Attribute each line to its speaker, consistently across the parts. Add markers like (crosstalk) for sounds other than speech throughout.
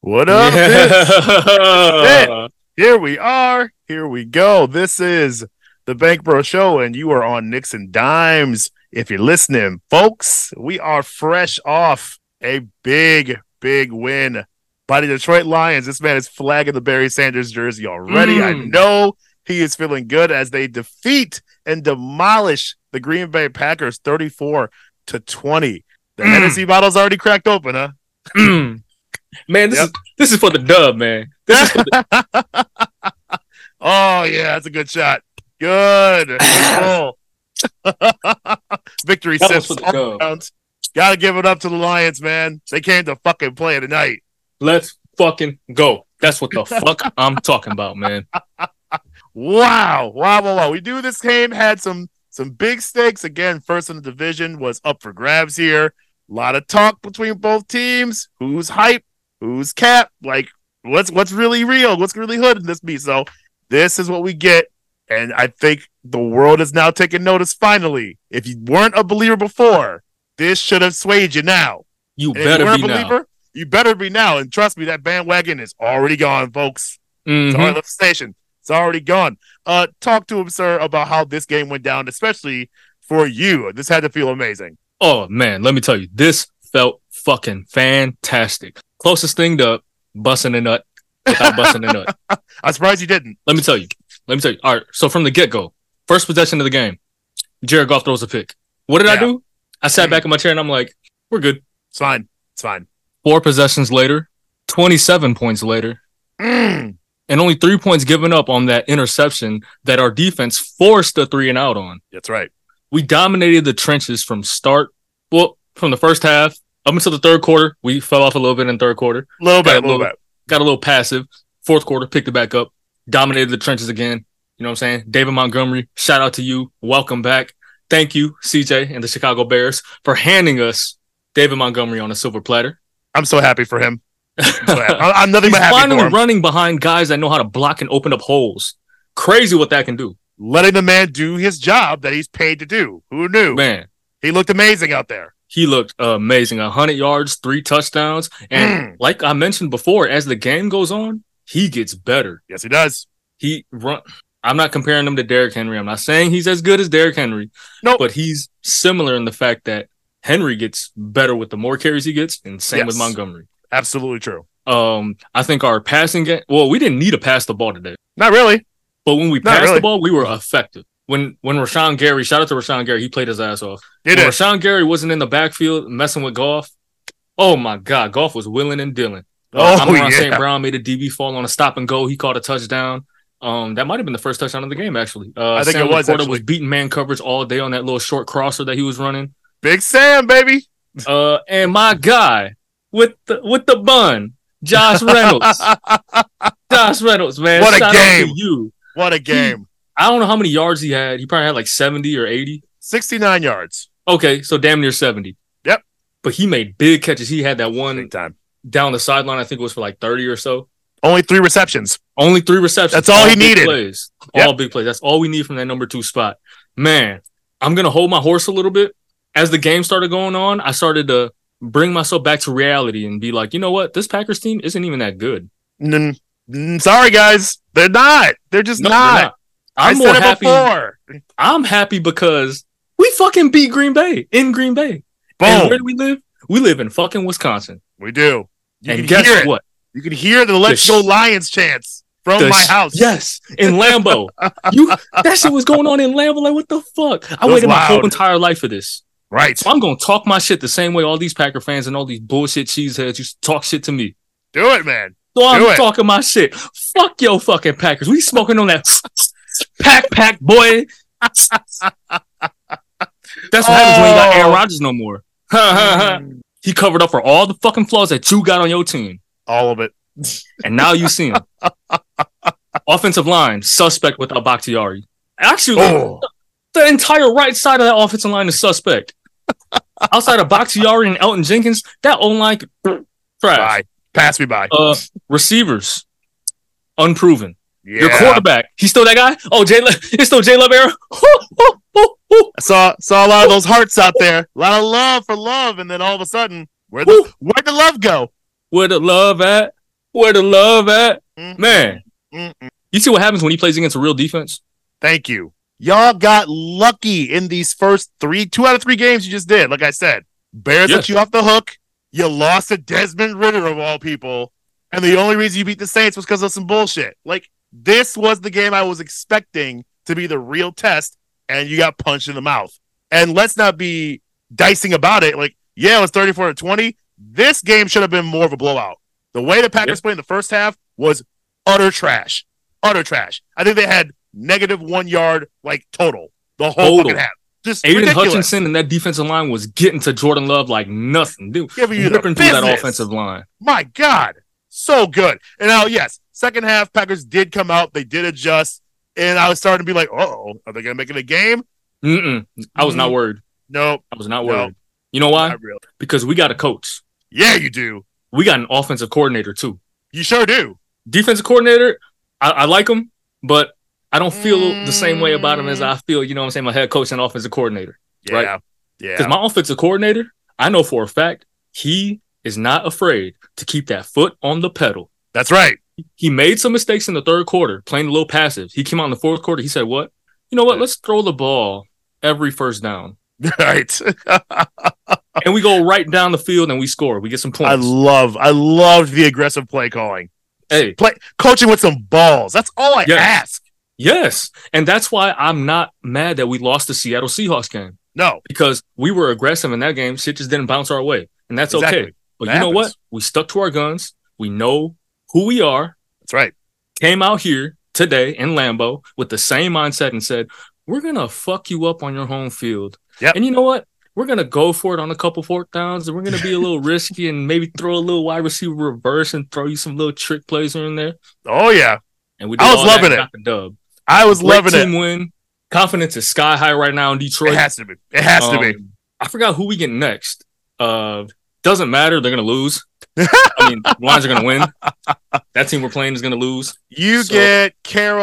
Speaker 1: What up?
Speaker 2: (laughs)
Speaker 1: Vince? Here we are. Here we go. This is the Bank Bro Show, and you are on Nixon Dimes. If you're listening, folks, we are fresh off a big, big win by the Detroit Lions. This man is flagging the Barry Sanders jersey already. I
Speaker 2: Mm.
Speaker 1: know he is feeling good as they defeat and demolish the Green Bay Packers 34 to 20. The
Speaker 2: Mm.
Speaker 1: NFC bottle's already cracked open, huh? (clears throat)
Speaker 2: Mm. (clears throat) man, this
Speaker 1: Yep.
Speaker 2: is this is for the dub, man. This is for the,
Speaker 1: Oh yeah, that's a good shot. Good. Goal. (laughs) Victory
Speaker 2: that
Speaker 1: sips
Speaker 2: was for the
Speaker 1: all
Speaker 2: dub.
Speaker 1: around. Gotta give it up to the Lions, man. They came to fucking play tonight.
Speaker 2: Let's fucking go.
Speaker 1: (laughs)
Speaker 2: That's what the fuck I'm talking about, man.
Speaker 1: Wow. Wow, wow, wow. We knew this game had some some big stakes. Again, first in the division was up for grabs here. A lot of talk between both teams. Who's hype? Who's cap? Like what's what's really real? What's really hood in this beat? So this is what we get. And I think the world is now taking notice finally. If you weren't a believer before, this should have swayed you now.
Speaker 2: You
Speaker 1: And if you
Speaker 2: better
Speaker 1: weren't
Speaker 2: be
Speaker 1: a believer, you better be now. And trust me, that bandwagon is already gone, folks.
Speaker 2: now. Mhm.
Speaker 1: It's already left the station. It's already gone. Uh, talk to him, sir, about how this game went down, especially for you. This had to feel amazing.
Speaker 2: Oh man, let me tell you, this felt fucking fantastic. Closest thing to busting a nut without busting a nut.
Speaker 1: (laughs) I'm surprised you didn't.
Speaker 2: Let me tell you. Let me tell you. All right. So from the get go, first possession of the game, Jared Goff throws a pick. What did I
Speaker 1: Yeah.
Speaker 2: do? I sat
Speaker 1: Mhm.
Speaker 2: back in my chair and I'm like, we're good.
Speaker 1: It's fine. It's (clears throat) fine.
Speaker 2: Four possessions later, 27 points later,
Speaker 1: Mm.
Speaker 2: and only three points given up on that interception that our defense forced a three and out on.
Speaker 1: That's right.
Speaker 2: We dominated the trenches from start, well, from the first half up until the third quarter. We fell off a little bit in the third quarter.
Speaker 1: A little bit.
Speaker 2: Got
Speaker 1: A little bit.
Speaker 2: got a little passive. Fourth quarter, picked it back up, dominated the trenches again. You know what I'm saying? David Montgomery, shout out to you. Welcome back. Thank you, CJ and the Chicago Bears, for handing us David Montgomery on a silver platter.
Speaker 1: I'm so happy for him. (laughs) I'm, so happy.
Speaker 2: He's
Speaker 1: I- I'm nothing but happy
Speaker 2: finally
Speaker 1: for him.
Speaker 2: running behind guys that know how to block and open up holes. Crazy what that can do.
Speaker 1: Letting the man do his job that he's paid to do. Who knew?
Speaker 2: Man,
Speaker 1: He looked amazing out there.
Speaker 2: he looked amazing. 100 yards, three touchdowns.
Speaker 1: Mm.
Speaker 2: And like I mentioned before, as the game goes on, he gets better.
Speaker 1: Yes, he does.
Speaker 2: he run. I'm not comparing him to Derrick Henry. I'm not saying he's as good as Derrick Henry.
Speaker 1: Nope.
Speaker 2: but he's similar in the fact that Henry gets better with the more carries he gets, and same with
Speaker 1: Yes.
Speaker 2: Montgomery.
Speaker 1: Absolutely true.
Speaker 2: Um, I think our passing game. Well, we didn't need to pass the ball today,
Speaker 1: Not really.
Speaker 2: but when we
Speaker 1: Not
Speaker 2: passed
Speaker 1: really.
Speaker 2: the ball, we were effective. When when Rashawn Gary, shout out to Rashawn Gary, he played his ass off.
Speaker 1: It
Speaker 2: when
Speaker 1: is.
Speaker 2: Rashawn Gary wasn't in the backfield messing with golf. Oh my God, golf was willing and dealing.
Speaker 1: Oh,
Speaker 2: Uh, Amon
Speaker 1: yeah.
Speaker 2: St. Brown made a DB fall on a stop and go. He caught a touchdown. Um, that might have been the first touchdown of the game, actually. Uh,
Speaker 1: I think
Speaker 2: Sam
Speaker 1: it was,
Speaker 2: Laporta
Speaker 1: actually.
Speaker 2: was beating man coverage all day on that little short crosser that he was running.
Speaker 1: Big Sam, baby.
Speaker 2: Uh, and my guy with the with the bun, Josh
Speaker 1: (laughs)
Speaker 2: Reynolds. Josh Reynolds, man.
Speaker 1: What a
Speaker 2: shout out to
Speaker 1: game.
Speaker 2: you.
Speaker 1: What a game.
Speaker 2: I don't know how many yards he had. He probably had like seventy or eighty.
Speaker 1: 69 yards.
Speaker 2: Okay, so damn near seventy.
Speaker 1: Yep.
Speaker 2: But he made big catches. He had that
Speaker 1: Big
Speaker 2: one
Speaker 1: time.
Speaker 2: down the sideline. I think it was for like thirty or so.
Speaker 1: Only three receptions.
Speaker 2: Only three receptions.
Speaker 1: That's all he
Speaker 2: big
Speaker 1: needed.
Speaker 2: Plays.
Speaker 1: Yep.
Speaker 2: All big plays. That's all we need from that number two spot. Man, I'm gonna hold my horse a little bit. As the game started going on, I started to bring myself back to reality and be like, you know what? This Packers team isn't even that good.
Speaker 1: N- n- sorry guys, they're not. They're just
Speaker 2: No, they're
Speaker 1: not.
Speaker 2: not. I'm
Speaker 1: I
Speaker 2: more
Speaker 1: said
Speaker 2: happy.
Speaker 1: it before.
Speaker 2: I'm happy because we fucking beat Green Bay in Green Bay. And
Speaker 1: Boom.
Speaker 2: where do we live? We live in fucking Wisconsin.
Speaker 1: we do. You
Speaker 2: and
Speaker 1: can
Speaker 2: guess
Speaker 1: hear it.
Speaker 2: what?
Speaker 1: You can hear the Let's
Speaker 2: sh-
Speaker 1: Go Lions chants from
Speaker 2: The
Speaker 1: my
Speaker 2: sh-
Speaker 1: house.
Speaker 2: Yes, in Lambo. you that shit was going on in Lambo. Like what the fuck? I
Speaker 1: It was
Speaker 2: waited my whole
Speaker 1: loud.
Speaker 2: entire life for this.
Speaker 1: Right.
Speaker 2: So I'm gonna talk my shit the same way all these Packer fans and all these bullshit cheeseheads used to talk shit to me.
Speaker 1: Do it,
Speaker 2: (laughs)
Speaker 1: man.
Speaker 2: So I'm
Speaker 1: Do it.
Speaker 2: talking my shit. Fuck your fucking Packers. We smoking on that (laughs) pack pack boy. That's what happens when you got Aaron
Speaker 1: Oh.
Speaker 2: Rodgers no more. he covered up for all the fucking flaws that you got on your team,
Speaker 1: All of it.
Speaker 2: and now you see him. Offensive line suspect without Bakhtiari. Actually,
Speaker 1: Oh.
Speaker 2: the entire right side of that offensive line is suspect. Outside of Bakhtiari and Elton Jenkins, that O line trash.
Speaker 1: Bye. Pass me by.
Speaker 2: Uh, receivers unproven.
Speaker 1: yeah.
Speaker 2: Your quarterback, he's still that guy. Oh, Jay, Le- it's still Jay Love era. (laughs)
Speaker 1: I saw saw a lot of those hearts out there. A lot of love for love, and then all of a sudden, where the
Speaker 2: Woo.
Speaker 1: where'd the love go?
Speaker 2: Where the love at? Where the love at?
Speaker 1: Mm,
Speaker 2: Man,
Speaker 1: mm, mm.
Speaker 2: you see what happens when he plays against a real defense?
Speaker 1: Thank you. Y'all got lucky in these first three, two out of three games you just did. Like I said, Bears
Speaker 2: Yeah.
Speaker 1: let you off the hook. You lost to Desmond Ritter of all people, and the only reason you beat the Saints was because of some bullshit. Like this was the game I was expecting to be the real test, and you got punched in the mouth. And let's not be dicing about it. Like, yeah, it was thirty-four to twenty. This game should have been more of a blowout. The way the Packers played in the first half was utter trash. Utter trash. I think they had negative one yard like total the whole
Speaker 2: Total.
Speaker 1: fucking half. Just
Speaker 2: Aiden
Speaker 1: ridiculous.
Speaker 2: Hutchinson and that defensive line was getting to Jordan Love like nothing. Dude,
Speaker 1: giving you the
Speaker 2: ripping through that
Speaker 1: business.
Speaker 2: offensive line.
Speaker 1: My God, so good. And now, yes, second half Packers did come out. They did adjust, and I was starting to be like, "Oh, are they gonna make it a game?"
Speaker 2: Mm-mm. I was not worried.
Speaker 1: Nope,
Speaker 2: I was not
Speaker 1: No.
Speaker 2: worried. You know why?
Speaker 1: not really.
Speaker 2: Because we got a coach.
Speaker 1: Yeah, you do.
Speaker 2: We got an offensive coordinator too.
Speaker 1: You sure do.
Speaker 2: Defensive coordinator, I, I like him, but I don't feel the same way about him as
Speaker 1: Mm.
Speaker 2: I feel, you know what I'm saying, my head coach and offensive coordinator.
Speaker 1: Yeah,
Speaker 2: Right.
Speaker 1: yeah.
Speaker 2: Because my offensive coordinator, I know for a fact, he is not afraid to keep that foot on the pedal.
Speaker 1: That's right.
Speaker 2: (laughs) He made some mistakes in the third quarter, playing a little passive. He came out in the fourth quarter. He said, What? You know what?
Speaker 1: Yeah.
Speaker 2: Let's throw the ball every first down.
Speaker 1: right.
Speaker 2: and we go right down the field and we score. We get some
Speaker 1: I
Speaker 2: points.
Speaker 1: love. I loved the aggressive play calling.
Speaker 2: hey,
Speaker 1: Play coaching with some balls. That's all I
Speaker 2: Yes.
Speaker 1: ask.
Speaker 2: yes. And that's why I'm not mad that we lost the Seattle Seahawks game
Speaker 1: No,
Speaker 2: because we were aggressive in that game. Shit just didn't bounce our way. And that's
Speaker 1: Exactly.
Speaker 2: okay. But
Speaker 1: That
Speaker 2: you know what?
Speaker 1: happens.
Speaker 2: We stuck to our guns. We know who we are.
Speaker 1: that's right.
Speaker 2: Came out here today in Lambeau with the same mindset and said, We're going to fuck you up on your home field.
Speaker 1: Yep.
Speaker 2: And you know what? We're going to go for it on a couple fourth downs and we're going to be
Speaker 1: (laughs)
Speaker 2: a little risky and maybe throw a little wide receiver reverse and throw you some little trick plays here and there.
Speaker 1: Oh yeah,
Speaker 2: And we
Speaker 1: I was
Speaker 2: all that
Speaker 1: loving
Speaker 2: and
Speaker 1: it.
Speaker 2: got the dub.
Speaker 1: I was
Speaker 2: Great
Speaker 1: loving
Speaker 2: team
Speaker 1: it.
Speaker 2: win. Confidence is sky high right now in Detroit.
Speaker 1: It has to be. It has to be.
Speaker 2: Um, I forgot who we get next. Uh, doesn't matter. They're gonna
Speaker 1: (laughs)
Speaker 2: lose. I mean, Lions are gonna win. That team we're playing is gonna lose.
Speaker 1: You
Speaker 2: so-
Speaker 1: get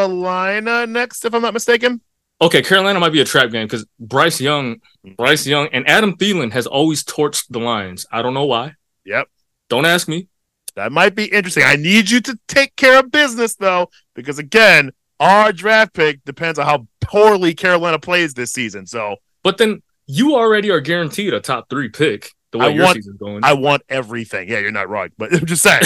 Speaker 1: Carolina next, if I'm not mistaken.
Speaker 2: Okay, Carolina might be a trap game because Bryce Young,
Speaker 1: Mm-hmm.
Speaker 2: Bryce Young, and Adam Thielen has always torched the Lions. I don't know why.
Speaker 1: Yep.
Speaker 2: Don't ask me.
Speaker 1: That might be interesting. I need you to take care of business though, because again, our draft pick depends on how poorly Carolina plays this season. So
Speaker 2: But then you already are guaranteed a top three pick. The way
Speaker 1: I
Speaker 2: your
Speaker 1: want-
Speaker 2: season's going.
Speaker 1: I want everything. Yeah, you're not wrong, but (laughs) I'm just
Speaker 2: (laughs)
Speaker 1: saying.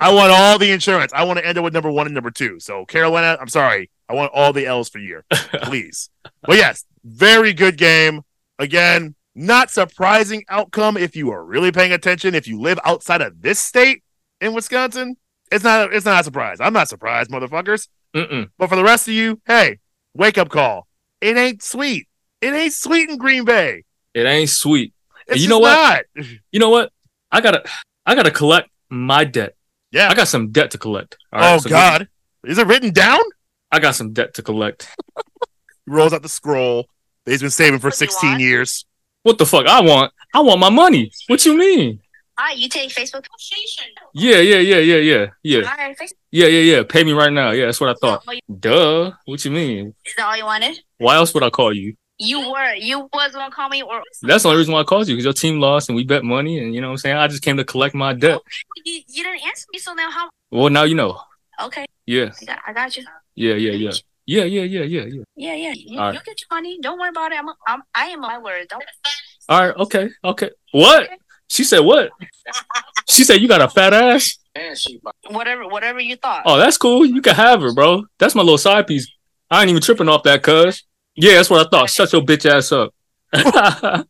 Speaker 1: I want all the insurance. I want to end up with number one and number two. So Carolina, I'm sorry. I want all the L's for
Speaker 2: (laughs)
Speaker 1: year, please. but yes, very good game. Again, not surprising outcome if you are really paying attention. If you live outside of this state in Wisconsin, it's not. It's not a surprise. I'm not surprised, motherfuckers.
Speaker 2: Mm-mm.
Speaker 1: But for the rest of you, hey, wake up call. It ain't sweet. It ain't sweet in Green Bay.
Speaker 2: It ain't sweet.
Speaker 1: It's just
Speaker 2: you know
Speaker 1: not.
Speaker 2: you know what? I gotta I gotta collect my debt.
Speaker 1: Yeah.
Speaker 2: I got some debt to collect. All
Speaker 1: oh
Speaker 2: right, so
Speaker 1: God, is it written down?
Speaker 2: I got some debt to collect.
Speaker 1: He rolls out the scroll that he's been saving for 16 years.
Speaker 2: What the fuck? I want I want my money. What you mean?
Speaker 3: Hi, Ah, you take Facebook.
Speaker 2: Yeah, yeah, yeah, yeah, yeah, yeah,
Speaker 3: Hi, Facebook.
Speaker 2: yeah, yeah, yeah. Pay me right now. Yeah, that's what I thought.
Speaker 3: Oh, you-
Speaker 2: Duh. What you mean?
Speaker 3: Is that all you wanted?
Speaker 2: Why else would I call you?
Speaker 3: You were. You was gonna call me or
Speaker 2: That's the only reason why I called you because your team lost and we bet money and you know what I'm saying. I just came to collect my debt.
Speaker 3: you, you didn't answer me. So now how?
Speaker 2: Well, now you know.
Speaker 3: Okay,
Speaker 2: Yeah,
Speaker 3: I got, I got you.
Speaker 2: yeah, yeah, yeah, yeah, yeah, yeah, yeah, yeah.
Speaker 3: Yeah, yeah. You,
Speaker 2: All right.
Speaker 3: you get your money. Don't worry about it. I'm. I'm I am my word. Don't.
Speaker 2: All right. Okay. Okay. What? She said what? She said you got a fat ass.
Speaker 3: Whatever. Whatever you thought.
Speaker 2: Oh, that's cool. You can have her, bro. That's my little side piece. I ain't even tripping off that, cuz. Yeah, that's what I thought. Shut your bitch ass up. (laughs)
Speaker 3: Are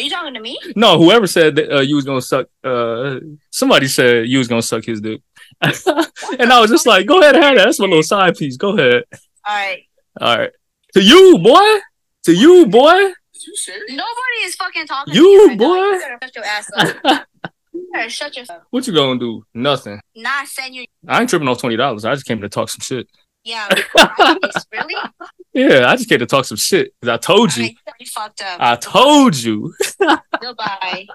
Speaker 3: you talking to me?
Speaker 2: no, whoever said that uh, you was gonna suck, uh, somebody said you was gonna suck his dick, (laughs) and I was just like, "Go ahead, have that. That's my little side piece. Go ahead.
Speaker 3: All right.
Speaker 2: All right, to you, boy. To you, boy.
Speaker 3: Nobody is fucking talking.
Speaker 2: You,
Speaker 3: to you right now.
Speaker 2: boy.
Speaker 3: You better shut your ass up.
Speaker 2: (laughs)
Speaker 3: you better shut your.
Speaker 2: What you gonna do? Nothing.
Speaker 3: Not send you.
Speaker 2: I ain't tripping off twenty dollars. I just came to talk some shit. (laughs)
Speaker 3: Yeah. I think it's really?
Speaker 2: Yeah, I just came to talk some shit. 'Cause I told you.
Speaker 3: I, you fucked up.
Speaker 2: I told you.
Speaker 3: Goodbye.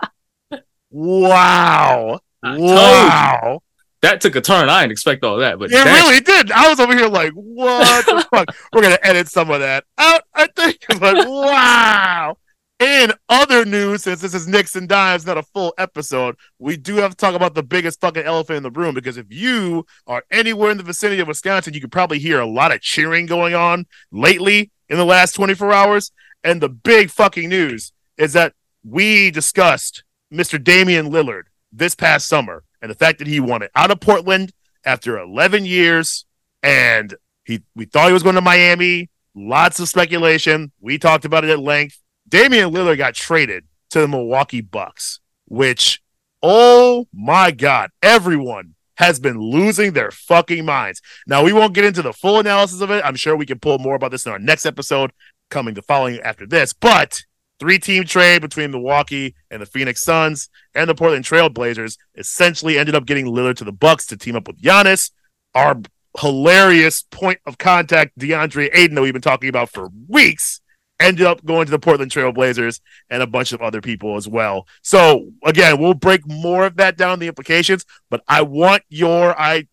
Speaker 1: Wow.
Speaker 2: I told you.
Speaker 1: Wow.
Speaker 2: that took a turn. I didn't expect all that, but
Speaker 1: Yeah, it
Speaker 2: damn.
Speaker 1: really did. I was over here like, (laughs) what the fuck? We're going to edit some of that out, I think. But wow. In other news, since this is Knicks and Dimes, not a full episode, we do have to talk about the biggest fucking elephant in the room because if you are anywhere in the vicinity of Wisconsin, you could probably hear a lot of cheering going on lately in the last 24 hours. And the big fucking news is that we discussed Mr. Damian Lillard this past summer and the fact that he wanted out of Portland after 11 years and he we thought he was going to Miami. Lots of speculation. We talked about it at length. Damian Lillard got traded to the Milwaukee Bucks, which, oh my God, everyone has been losing their fucking minds. Now, we won't get into the full analysis of it. I'm sure we can pull more about this in our next episode coming the following after this. But three team trade between Milwaukee and the Phoenix Suns and the Portland Trail Blazers essentially ended up getting Lillard to the Bucks to team up with Giannis. Our hilarious point of contact, DeAndre Aiden, that we've been talking about for weeks ended up going to the Portland Trail Blazers and a bunch of other people as well. So again, we'll break more of that down the implications, but I want your I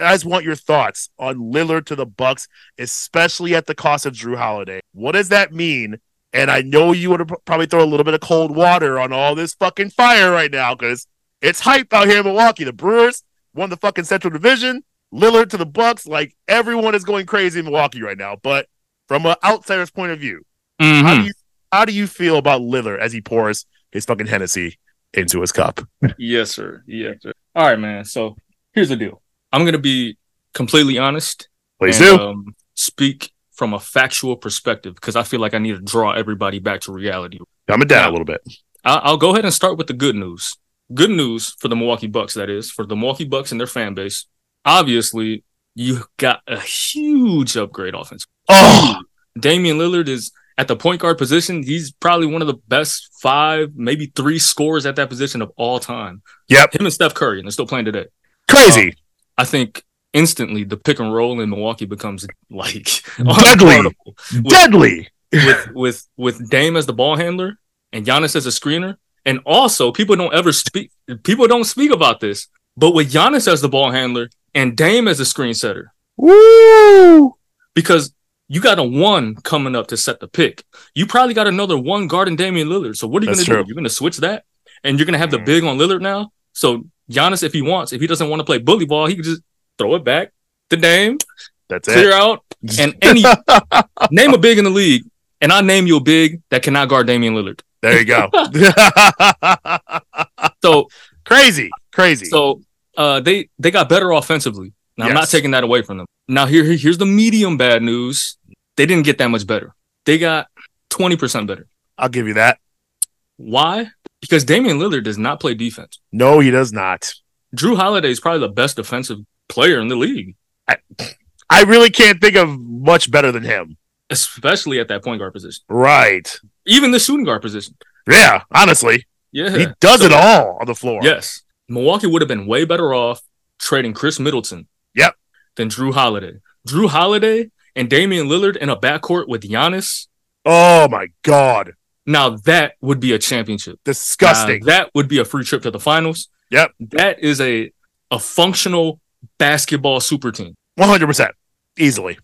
Speaker 1: I just want your thoughts on Lillard to the Bucks, especially at the cost of Drew Holiday. What does that mean? And I know you would probably throw a little bit of cold water on all this fucking fire right now because it's hype out here in Milwaukee. The Brewers won the fucking Central Division. Lillard to the Bucks, like everyone is going crazy in Milwaukee right now. But from an outsider's point of view, how
Speaker 2: Mm-hmm.
Speaker 1: do you how do you feel about Lillard as he pours his fucking Hennessy into his cup?
Speaker 2: (laughs) yes, sir. Yes, sir. All right, man. So here's the deal. I'm gonna be completely honest.
Speaker 1: Please
Speaker 2: and,
Speaker 1: do.
Speaker 2: um, speak from a factual perspective because I feel like I need to draw everybody back to reality.
Speaker 1: Dumb it down a little bit.
Speaker 2: I- I'll go ahead and start with the good news. Good news for the Milwaukee Bucks, that is, for the Milwaukee Bucks and their fan base. Obviously, you got a huge upgrade offense.
Speaker 1: Oh,
Speaker 2: Uh, Damian Lillard is at the point guard position. He's probably one of the best five, maybe three scorers at that position of all time.
Speaker 1: Yep.
Speaker 2: Him and Steph Curry, and they're still playing today.
Speaker 1: crazy.
Speaker 2: I think instantly the pick and roll in Milwaukee becomes like (laughs)
Speaker 1: Deadly.
Speaker 2: unguardable. uh,
Speaker 1: Deadly.
Speaker 2: with (laughs) with with Dame as the ball handler and Giannis as a screener. And also, people don't ever speak. People don't speak about this. But with Giannis as the ball handler and Dame as a screen setter,
Speaker 1: Woo!
Speaker 2: because you got a one coming up to set the pick. You probably got another one guarding Damian Lillard. So what are you
Speaker 1: That's
Speaker 2: going to
Speaker 1: true.
Speaker 2: do? You're going to switch that, and you're going to have the
Speaker 1: Mhm.
Speaker 2: big on Lillard now. So Giannis, if he wants, if he doesn't want to play bully ball, he can just throw it back to Dame,
Speaker 1: That's
Speaker 2: clear
Speaker 1: it.
Speaker 2: out, and any name a big in the league, and I name you a big that cannot guard Damian Lillard.
Speaker 1: There you
Speaker 2: (laughs)
Speaker 1: go. (laughs)
Speaker 2: So
Speaker 1: crazy. Crazy.
Speaker 2: so uh, they they got better offensively. Now I'm not
Speaker 1: Yes.
Speaker 2: taking that away from them. Now here here- here's the medium bad news. They didn't get that much better. They got 20% better.
Speaker 1: I'll give you that.
Speaker 2: Why? Because Damian Lillard does not play defense.
Speaker 1: No, he does not.
Speaker 2: Drew Holiday is probably the best defensive player in the league,
Speaker 1: I really can't think of much better than him.
Speaker 2: especially at that point guard position,
Speaker 1: Right.
Speaker 2: even the shooting guard position.
Speaker 1: Yeah, honestly.
Speaker 2: Yeah.
Speaker 1: He does
Speaker 2: So-
Speaker 1: it all on the floor.
Speaker 2: Yes. Milwaukee would have been way better off trading Chris Middleton.
Speaker 1: Yep.
Speaker 2: Than Drew Holiday. Drew Holiday and Damian Lillard in a backcourt with Giannis.
Speaker 1: Oh my god.
Speaker 2: Now that would be a championship.
Speaker 1: Disgusting.
Speaker 2: Now, that would be a free trip to the finals.
Speaker 1: Yep.
Speaker 2: That is a a functional basketball super team.
Speaker 1: 100%. Easily.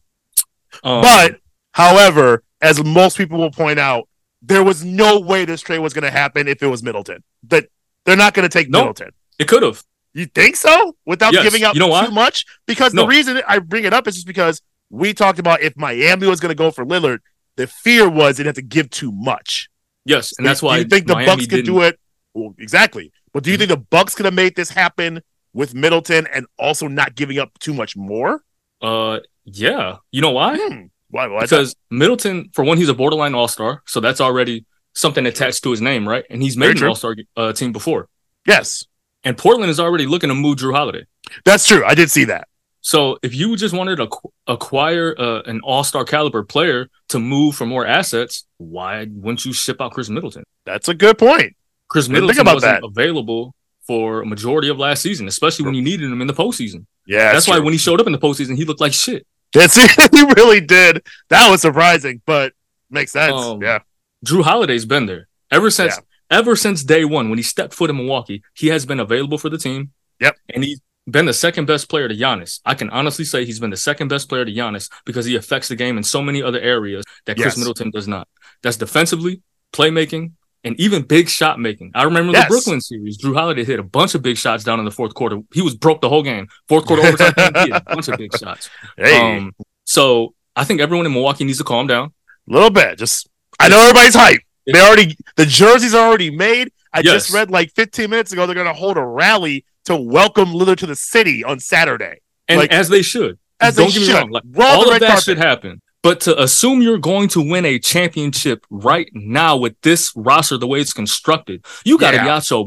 Speaker 2: Um,
Speaker 1: But, however, as most people will point out, there was no way this trade was going to happen if it was Middleton. That they're not going to take
Speaker 2: Nope.
Speaker 1: Middleton.
Speaker 2: it could have.
Speaker 1: You think so? Without
Speaker 2: Yes.
Speaker 1: giving up
Speaker 2: You know why?
Speaker 1: too much? Because
Speaker 2: No.
Speaker 1: the reason I bring it up is just because we talked about if Miami was going to go for Lillard, the fear was they'd have to give too much.
Speaker 2: Yes, and that's
Speaker 1: Do
Speaker 2: why
Speaker 1: you think the
Speaker 2: Miami
Speaker 1: Bucks could
Speaker 2: didn't- Mm-hmm.
Speaker 1: do it. Well, exactly. But do you think the Bucks could have made this happen with Middleton and also not giving up too much more?
Speaker 2: Uh, yeah. You know why?
Speaker 1: Hmm. Why? why is that?
Speaker 2: because Middleton, for one, he's a borderline All Star, so that's already something attached to his name, right? And he's
Speaker 1: Very
Speaker 2: made an
Speaker 1: true.
Speaker 2: All Star uh, team before.
Speaker 1: Yes,
Speaker 2: And Portland is already looking to move Drew Holiday.
Speaker 1: that's true. I did see that.
Speaker 2: So if you just wanted to ac- acquire uh, an All Star caliber player to move for more assets, why wouldn't you ship out Chris Middleton?
Speaker 1: That's a good point.
Speaker 2: Chris
Speaker 1: Didn't think
Speaker 2: Middleton
Speaker 1: about
Speaker 2: wasn't
Speaker 1: that.
Speaker 2: available for a majority of last season, especially when you needed him in the postseason.
Speaker 1: Yeah,
Speaker 2: That's, why
Speaker 1: true.
Speaker 2: when
Speaker 1: (laughs)
Speaker 2: he showed up in the postseason, he looked like shit.
Speaker 1: that's it. he really did. That was surprising, but makes sense.
Speaker 2: Um,
Speaker 1: yeah,
Speaker 2: Drew Holiday's been there ever since ever since day one when he stepped foot in Milwaukee. He has been available for the team.
Speaker 1: Yep.
Speaker 2: and he's been the second best player to Giannis. I can honestly say he's been the second best player to Giannis because he affects the game in so many other areas that Chris
Speaker 1: Yes.
Speaker 2: Middleton does not. That's defensively, playmaking, and even big shot making. I remember
Speaker 1: Yes.
Speaker 2: the Brooklyn series. Drew Holiday hit a bunch of big shots down in the fourth quarter. He was broke the whole game. Fourth
Speaker 1: (laughs)
Speaker 2: quarter overtime, game, he hit a bunch of big shots.
Speaker 1: Hey,
Speaker 2: Um, so I think everyone in Milwaukee needs to calm down.
Speaker 1: little bit. Just I know everybody's hype. They already the jerseys are already made. I just
Speaker 2: Yes.
Speaker 1: read like 15 minutes ago they're gonna hold a rally to welcome Lillard to the city on Saturday.
Speaker 2: And
Speaker 1: Like-
Speaker 2: as they should.
Speaker 1: As
Speaker 2: Don't
Speaker 1: they
Speaker 2: get me
Speaker 1: should.
Speaker 2: wrong, like,
Speaker 1: Roll
Speaker 2: All
Speaker 1: the
Speaker 2: of
Speaker 1: red
Speaker 2: that
Speaker 1: carpet.
Speaker 2: should happen. But to assume you're going to win a championship right now with this roster, the way it's constructed, you got to
Speaker 1: Yeah.
Speaker 2: be out your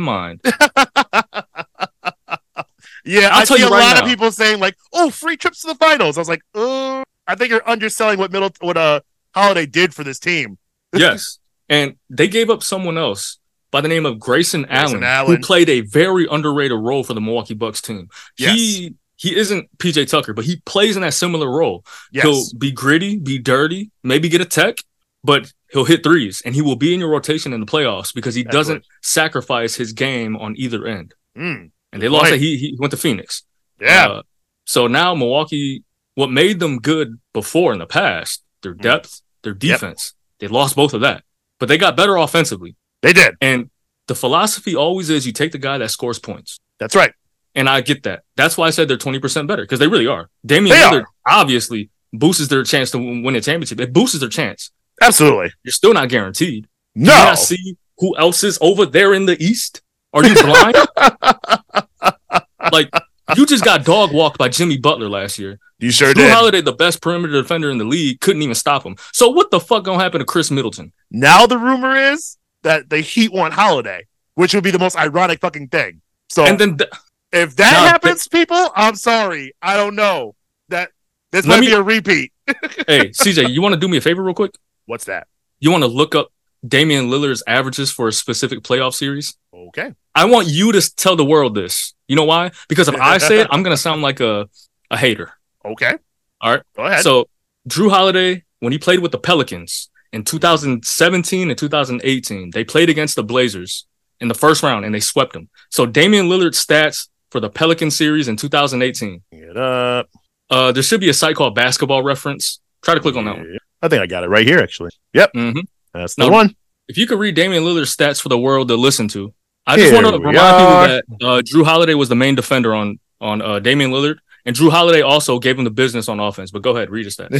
Speaker 1: (laughs)
Speaker 2: mind.
Speaker 1: Yeah,
Speaker 2: I'll
Speaker 1: I
Speaker 2: tell
Speaker 1: see
Speaker 2: you
Speaker 1: a
Speaker 2: right
Speaker 1: lot of
Speaker 2: now.
Speaker 1: people saying like, "Oh, free trips to the finals." I was like, "Uh, I think you're underselling what middle what uh Holiday did for this team."
Speaker 2: yes. And they gave up someone else by the name of Grayson,
Speaker 1: Grayson
Speaker 2: Allen,
Speaker 1: Allen.
Speaker 2: who played a very underrated role for the Milwaukee Bucks team.
Speaker 1: Yes.
Speaker 2: He he isn't PJ Tucker, but he plays in that similar role.
Speaker 1: Yes,
Speaker 2: He'll be gritty, be dirty, maybe get a tech, but he'll hit threes and he will be in your rotation in the playoffs because he
Speaker 1: That's
Speaker 2: doesn't
Speaker 1: right.
Speaker 2: sacrifice his game on either end.
Speaker 1: Mm,
Speaker 2: And they lost
Speaker 1: Right.
Speaker 2: that he, he went to Phoenix.
Speaker 1: yeah,
Speaker 2: Uh, so now Milwaukee, what made them good before in the past, their
Speaker 1: Mm.
Speaker 2: depth, their
Speaker 1: Yep.
Speaker 2: defense, they lost both of that, but they got better offensively.
Speaker 1: they did.
Speaker 2: And the philosophy always is you take the guy that scores points.
Speaker 1: That's right.
Speaker 2: And I get that. That's why I said they're 20% better because they really are. Damian
Speaker 1: They
Speaker 2: Lillard obviously boosts their chance to win win a championship. It boosts their chance.
Speaker 1: Absolutely.
Speaker 2: You're still not guaranteed. Do you
Speaker 1: No,
Speaker 2: not see who else is over there in the East? Are you blind? like, you just got dog walked by Jimmy Butler last year.
Speaker 1: you sure
Speaker 2: Drew
Speaker 1: did.
Speaker 2: Holiday, the best perimeter defender in the league, couldn't even stop him. So what the fuck gonna happen to Chris Middleton?
Speaker 1: now the rumor is that the Heat want Holiday, which would be the most ironic fucking thing. So
Speaker 2: And then th-
Speaker 1: if that
Speaker 2: Now, th-
Speaker 1: happens, people, I'm sorry. I don't know that this
Speaker 2: Let
Speaker 1: might
Speaker 2: me-
Speaker 1: be a repeat.
Speaker 2: hey, CJ, you wanna do me a favor real quick?
Speaker 1: What's that?
Speaker 2: You wanna look up Damian Lillard's averages for a specific playoff series?
Speaker 1: Okay.
Speaker 2: I want you to s- tell the world this. You know why? Because if I say it, I'm gonna sound like a, a hater.
Speaker 1: Okay.
Speaker 2: All right.
Speaker 1: Go ahead.
Speaker 2: (laughs) So Drew Holiday, when he played with the Pelicans in 2017 and 2018, they played against the Blazers in the first round and they swept them. So Damian Lillard's stats for the Pelican series in 2018.
Speaker 1: Get up.
Speaker 2: Uh, there should be a site called Basketball Reference. Try to click on that one.
Speaker 1: Yeah. I think I got it right here, actually. Yep.
Speaker 2: hmm
Speaker 1: That's the
Speaker 2: No,
Speaker 1: one. (laughs)
Speaker 2: If you could read Damian Lillard's stats for the world to listen to, I just
Speaker 1: Here
Speaker 2: want to
Speaker 1: we
Speaker 2: remind
Speaker 1: are.
Speaker 2: people that uh, Drew Holiday was the main defender on on uh, Damian Lillard, and Drew Holiday also gave him the business on offense. But go ahead, read
Speaker 1: (laughs)
Speaker 2: his stats.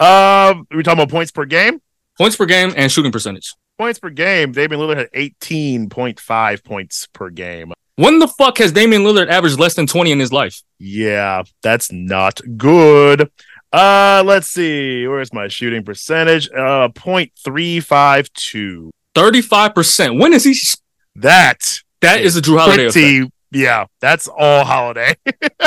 Speaker 1: um, we talking about points per game?
Speaker 2: Points per game and shooting percentage.
Speaker 1: Points per game. Damian Lillard had 18.5 points per game.
Speaker 2: When the fuck has Damian Lillard averaged less than 20 in his life?
Speaker 1: Yeah, that's not good. Uh, let's see. Where's my shooting percentage? Uh, 0.352.
Speaker 2: 35%. When is he?
Speaker 1: That
Speaker 2: That is a Drew
Speaker 1: (laughs)
Speaker 2: Holiday effect.
Speaker 1: pretty. Yeah, that's all holiday.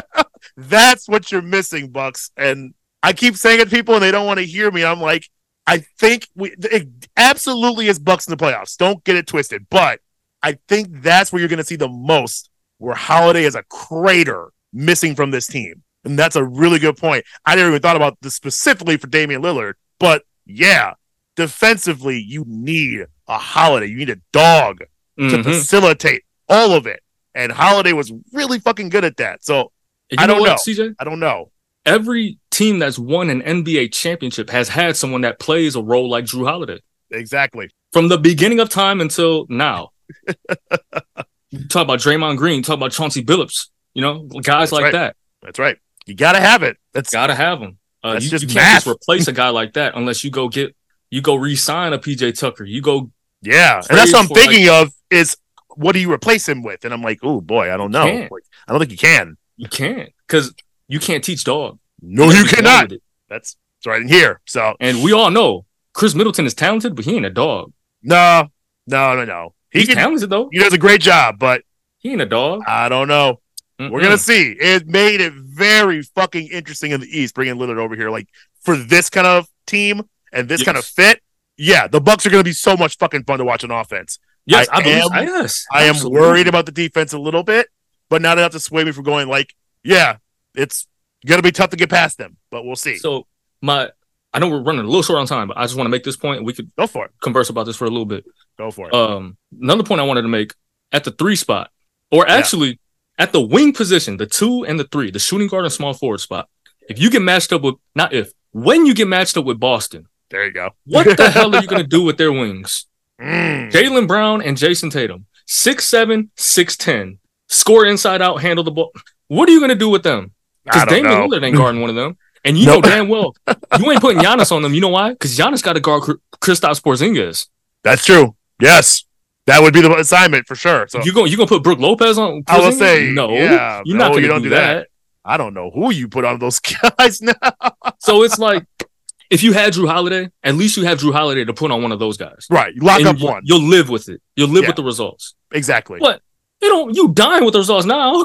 Speaker 1: (laughs) that's what you're missing, Bucks. And I keep saying it to people, and they don't want to hear me. I'm like, I think we it absolutely is Bucks in the playoffs. Don't get it twisted, but I think that's where you're going to see the most where Holiday is a crater missing from this team, and that's a really good point. I never even thought about this specifically for Damian Lillard, but yeah, defensively, you need a Holiday. You need a dog to
Speaker 2: Mhm.
Speaker 1: facilitate all of it. And Holiday was really fucking good at that. So
Speaker 2: And
Speaker 1: I
Speaker 2: you know
Speaker 1: don't
Speaker 2: what,
Speaker 1: know.
Speaker 2: CJ?
Speaker 1: I don't know.
Speaker 2: Every team that's won an NBA championship has had someone that plays a role like Drew Holiday
Speaker 1: Exactly.
Speaker 2: from the beginning of time until
Speaker 1: (laughs)
Speaker 2: now. you talk about Draymond Green, you talk about Chauncey Billups, you know, guys
Speaker 1: That's
Speaker 2: like
Speaker 1: right.
Speaker 2: that.
Speaker 1: That's right. You gotta have it. That's
Speaker 2: Gotta have them. Uh,
Speaker 1: That's
Speaker 2: you,
Speaker 1: just
Speaker 2: you can't
Speaker 1: math.
Speaker 2: just replace a guy like that unless you go get, you go re sign a PJ Tucker, you go
Speaker 1: yeah. And that's what I'm
Speaker 2: Trade for,
Speaker 1: thinking of is what do you replace him with? And I'm like, oh boy, I don't know.
Speaker 2: can't.
Speaker 1: Like, I don't think you can.
Speaker 2: You can't, because you can't teach dog.
Speaker 1: No, Oh, you
Speaker 2: gotta be
Speaker 1: cannot.
Speaker 2: talented.
Speaker 1: That's it's right in here. So
Speaker 2: And we all know Chris Middleton is talented, but he ain't a dog.
Speaker 1: no, no, no, no. He
Speaker 2: He's
Speaker 1: can
Speaker 2: talented though.
Speaker 1: he does a great job, but
Speaker 2: He ain't a dog.
Speaker 1: I don't know. We're
Speaker 2: Mm-mm.
Speaker 1: gonna see. It made it very fucking interesting in the East, bringing Lillard over here. Like for this kind of team and this kind of
Speaker 2: Yes.
Speaker 1: fit, yeah, the Bucks are gonna be so much fucking fun to watch on offense.
Speaker 2: Yes,
Speaker 1: I
Speaker 2: I, believe.
Speaker 1: am-
Speaker 2: I, yes,
Speaker 1: I am
Speaker 2: absolutely.
Speaker 1: worried about the defense a little bit, but not enough to sway me from going like, yeah, it's gonna be tough to get past them. But we'll see.
Speaker 2: So my, I know we're running a little short on time, but I just want to make this point. We could
Speaker 1: Go for it.
Speaker 2: converse about this for a little bit.
Speaker 1: Go for it.
Speaker 2: Um, another point I wanted to make at the three spot, or actually at the wing position, the two and the three, the shooting guard and small forward spot. If you get matched up with, not if, when you get matched up with Boston,
Speaker 1: There you go.
Speaker 2: What the hell are you gonna do with their wings?
Speaker 1: Mm.
Speaker 2: Jalen Brown and Jason Tatum, 6'7, 6'10. Score inside out, handle the ball. What are you gonna do with them?
Speaker 1: I
Speaker 2: Because
Speaker 1: don't
Speaker 2: Damian
Speaker 1: know.
Speaker 2: Lillard ain't guarding one of them. And you
Speaker 1: No.
Speaker 2: know damn well you ain't putting Giannis on them. You know why? Because Giannis got to guard Kr- Kristaps Porzingis.
Speaker 1: That's true. Yes, that would be the assignment for sure. So
Speaker 2: you going you gonna put Brooke Lopez on? Porzingis?
Speaker 1: I will say,
Speaker 2: no.
Speaker 1: yeah,
Speaker 2: you're
Speaker 1: no,
Speaker 2: not gonna
Speaker 1: you don't
Speaker 2: do,
Speaker 1: do that.
Speaker 2: that.
Speaker 1: I don't know who you put on those (laughs) guys now.
Speaker 2: So it's like if you had Drew Holiday, at least you have Drew Holiday to put on one of those guys.
Speaker 1: Right, lock
Speaker 2: And
Speaker 1: up
Speaker 2: you-
Speaker 1: one.
Speaker 2: You'll live with it. You'll live
Speaker 1: Yeah.
Speaker 2: with the results.
Speaker 1: Exactly.
Speaker 2: What? You don't. You dying with the results now. (laughs)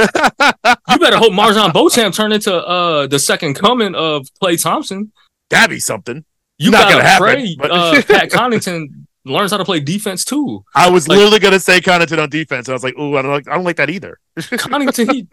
Speaker 1: (laughs)
Speaker 2: you better hope Marjan Beauchamp turn into uh the second coming of Clay Thompson.
Speaker 1: That'd be something.
Speaker 2: You
Speaker 1: Not
Speaker 2: gotta
Speaker 1: gonna happen,
Speaker 2: pray.
Speaker 1: but- (laughs)
Speaker 2: uh, Pat Connaughton learns how to play defense too.
Speaker 1: I was
Speaker 2: Like-
Speaker 1: literally gonna say Connaughton on defense, and I was like, "Ooh, I don't like, I don't like that either."
Speaker 2: Connaughton,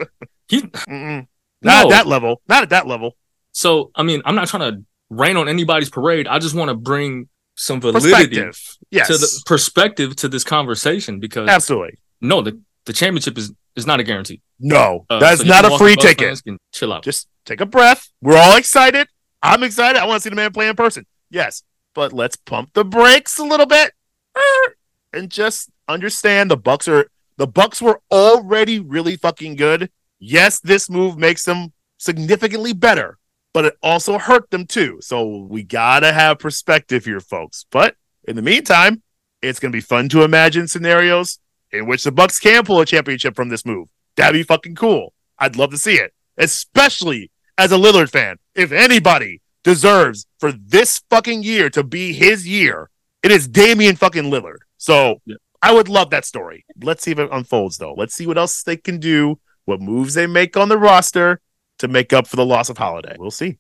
Speaker 2: he (laughs)
Speaker 1: Mm-mm. Not
Speaker 2: No.
Speaker 1: at that level. Not at that level.
Speaker 2: So, I mean, I'm not trying to rain on anybody's parade. I just want to bring some validity to
Speaker 1: Perspective. Yes,
Speaker 2: the perspective to this conversation because
Speaker 1: absolutely.
Speaker 2: no, the, the championship is, is not a guarantee.
Speaker 1: No,
Speaker 2: Uh,
Speaker 1: that's
Speaker 2: so you
Speaker 1: not
Speaker 2: can
Speaker 1: a
Speaker 2: walk
Speaker 1: free
Speaker 2: above
Speaker 1: ticket.
Speaker 2: fans and Chill out.
Speaker 1: Just take a breath. We're all excited. I'm excited. I want to see the man play in person. Yes, but let's pump the brakes a little bit er, and just understand the Bucks are the Bucks were already really fucking good. Yes, this move makes them significantly better, but it also hurt them too. So we gotta have perspective here, folks. But in the meantime, it's gonna be fun to imagine scenarios in which the Bucks can pull a championship from this move. That'd be fucking cool. I'd love to see it especially as a Lillard fan. If anybody deserves for this fucking year to be his year, it is Damian fucking Lillard. So
Speaker 2: Yeah.
Speaker 1: I would love that story. Let's see if it unfolds though. Let's see what else they can do, what moves they make on the roster to make up for the loss of Holiday. We'll see.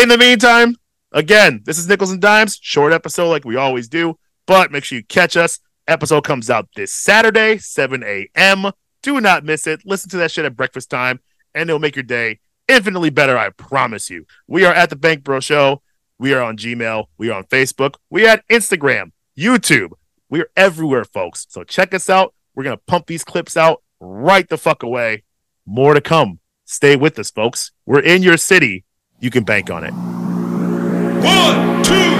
Speaker 1: In the meantime, again, this is Nickels and Dimes, short episode like we always do, but make sure you catch us. Episode comes out this Saturday, 7 a.m. Do not miss it. Listen to that shit at breakfast time and it'll make your day infinitely better. I promise you. We are at the Bank Bro Show. We are on Gmail. We are on Facebook. We are at Instagram, YouTube. We are everywhere, folks. So check us out. We're gonna pump these clips out right the fuck away. More to come. Stay with us, folks. We're in your city. You can bank on it.
Speaker 4: One, two,